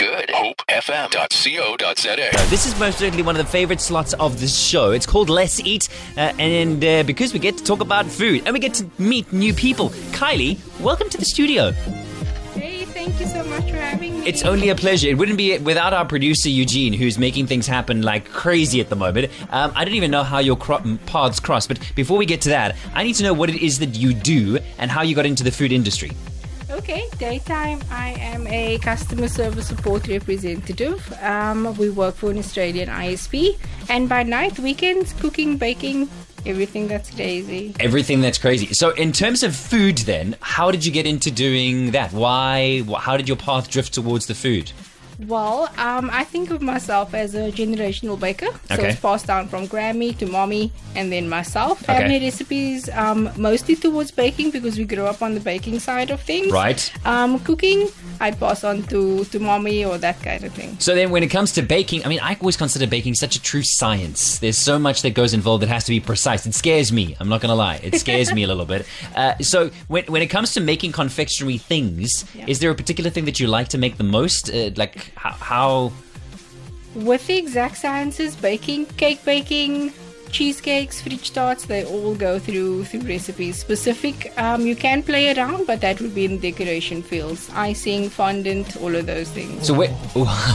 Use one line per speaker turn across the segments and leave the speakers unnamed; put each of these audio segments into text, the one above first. hopefm.co.za.
Uh, This is most certainly one of the favourite slots of the show. It's called Let's Eat, uh, and uh, because we get to talk about food and we get to meet new people. Kylie, welcome to the studio.
Hey, thank you so much for having me.
It's only a pleasure. It wouldn't be without our producer Eugene, who's making things happen like crazy at the moment. Um, I don't even know how your cro- m- paths cross, but before we get to that, I need to know what it is that you do and how you got into the food industry.
Okay, daytime. I am a customer service support representative. Um, we work for an Australian ISP, and by night, weekends, cooking, baking, everything that's crazy.
Everything that's crazy. So, in terms of food, then, how did you get into doing that? Why? wh- How did your path drift towards the food?
Well, um, I think of myself as a generational baker. So
Okay.
it's passed down from Grammy to mommy and then myself.
Okay.
Family recipes um, mostly towards baking because we grew up on the baking side of things.
Right.
Um, cooking, I pass on to, to mommy or that kind of thing.
So then, when it comes to baking, I mean, I always consider baking such a true science. There's so much that goes involved that has to be precise. It scares me. I'm not going to lie. It scares me a little bit. Uh, so when when it comes to making confectionery things, is there a particular thing that you like to make the most? Uh, like how, how?
With the exact sciences, baking, cake baking, cheesecakes, fridge tarts, they all go through through recipes. Specific, um, you can play around, but that would be in decoration fields, icing, fondant, all of those things.
So where?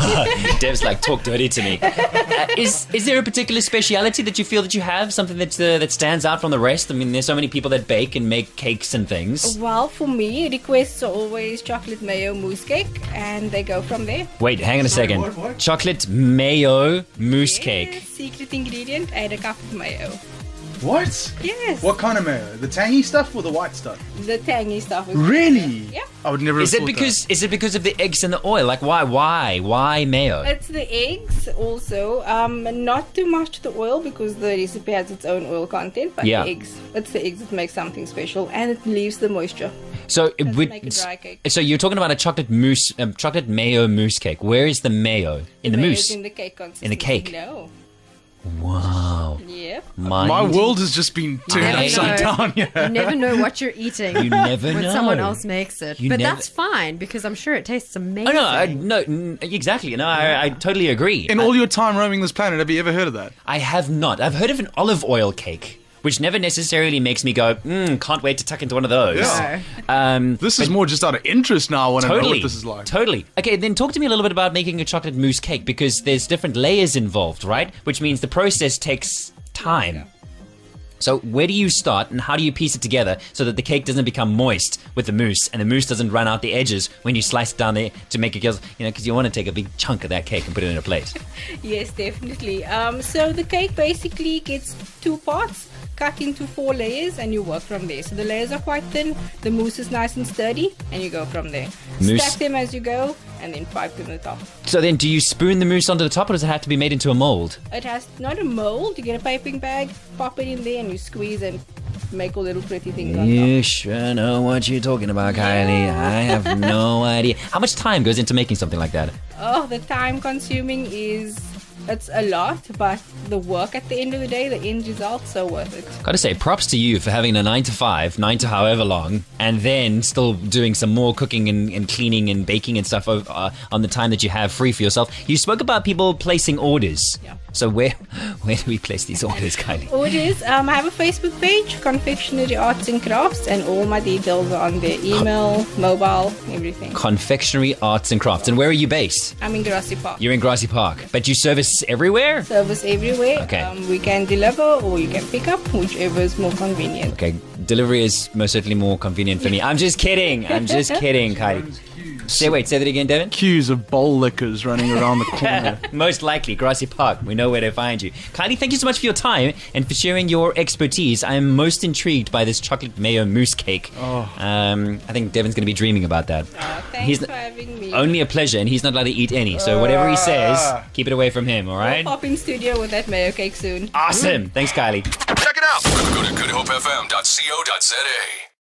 Dev's like talk dirty to me. Uh, is is there a particular speciality that you feel that you have? Something that uh, that stands out from the rest? I mean, there's so many people that bake and make cakes and things.
Well, for me, requests are always chocolate mayo mousse cake, and they go from there.
Wait, hang on a second. Chocolate mayo mousse cake.
Yes, Secret ingredient: add a cup of mayo.
What?
Yes.
What kind of mayo? The tangy stuff or the white stuff?
The tangy stuff. is-
Really?
Yeah.
I would never.
Is
have
it
thought that.
because is it because of the eggs and the oil? Like why why why mayo?
It's the eggs also. Um, not too much the oil because the recipe has its own oil content, but
Yeah.
the eggs. It's the eggs that makes something special and it leaves the moisture.
So it
Doesn't
would.
make a dry cake.
So you're talking about a chocolate mousse, um, chocolate mayo mousse cake. Where is the mayo in the,
Mayo's
mousse?
In the cake consistency.
cake.
No.
wow,
Yep.
Mind-
my world has just been turned
I
upside
know.
down. Yeah.
You never know what you're eating
You never
when
know.
someone else makes it.
You
but
never-
that's fine because I'm sure it tastes amazing.
Oh no, I, no, n- exactly. No, I, I totally agree.
In
I,
all your time roaming this planet, have you ever heard of that?
I have not. I've heard of an olive oil cake, which never necessarily makes me go, mm, can't wait to tuck into one of those.
Yeah.
Um,
This is more just out of interest now. I want to know
Totally.
what this is like.
Totally. Okay, then talk to me a little bit about making a chocolate mousse cake because there's different layers involved, right? Which means the process takes time. So where do you start and how do you piece it together so that the cake doesn't become moist with the mousse and the mousse doesn't run out the edges when you slice it down there to make it, you know, because you want to take a big chunk of that cake and put it in a plate.
Yes, definitely. Um, so the cake basically gets two parts cut into four layers and you work from there. So the layers are quite thin, the mousse is nice and sturdy, and you go from there.
Mousse-
Stack them as you go and then pipe them the top.
So then, do you spoon the mousse onto the top or does it have to be made into a mold?
It has not a mold. You get a piping bag, pop it in there, and you squeeze and make all little pretty things on top.
You sure know what you're talking about, Kylie. I have no idea. How much time goes into making something like that?
Oh, the time consuming is it's a lot, but the work at the end of the day, the end result, so worth it.
Gotta say, props to you for having a nine to five, nine to however long, and then still doing some more cooking and, and cleaning and baking and stuff over, uh, on the time that you have free for yourself. You spoke about people placing orders.
Yeah.
So where where do we place these orders, Kylie?
Orders. Um, I have a Facebook page, Confectionery Arts and Crafts, and all my details are on there: email, mobile, everything.
Confectionery, arts, and crafts. And where are you based?
I'm in Grassy Park.
You're in Grassy Park, but you service everywhere.
Service everywhere.
Okay.
Um, we can deliver or you can pick up, whichever is more convenient.
Okay, delivery is most certainly more convenient for me. I'm just kidding. I'm just kidding, Kylie. Say wait, say that again, Devin.
Queues of bowl lickers running around the corner.
Most likely, Grassy Park. We know where to find you. Kylie, thank you so much for your time and for sharing your expertise. I am most intrigued by this chocolate mayo mousse cake.
Oh.
Um, I think Devin's going to be dreaming about that.
Uh,
He's
thanks
n-
for having me.
Only a pleasure, and he's not allowed to eat any. So whatever he says,
Ah.
keep it away from him, all right?
We'll pop in studio with that mayo cake soon.
Awesome. Thanks, Kylie.
Check it out. Go to goodhopefm.co.za.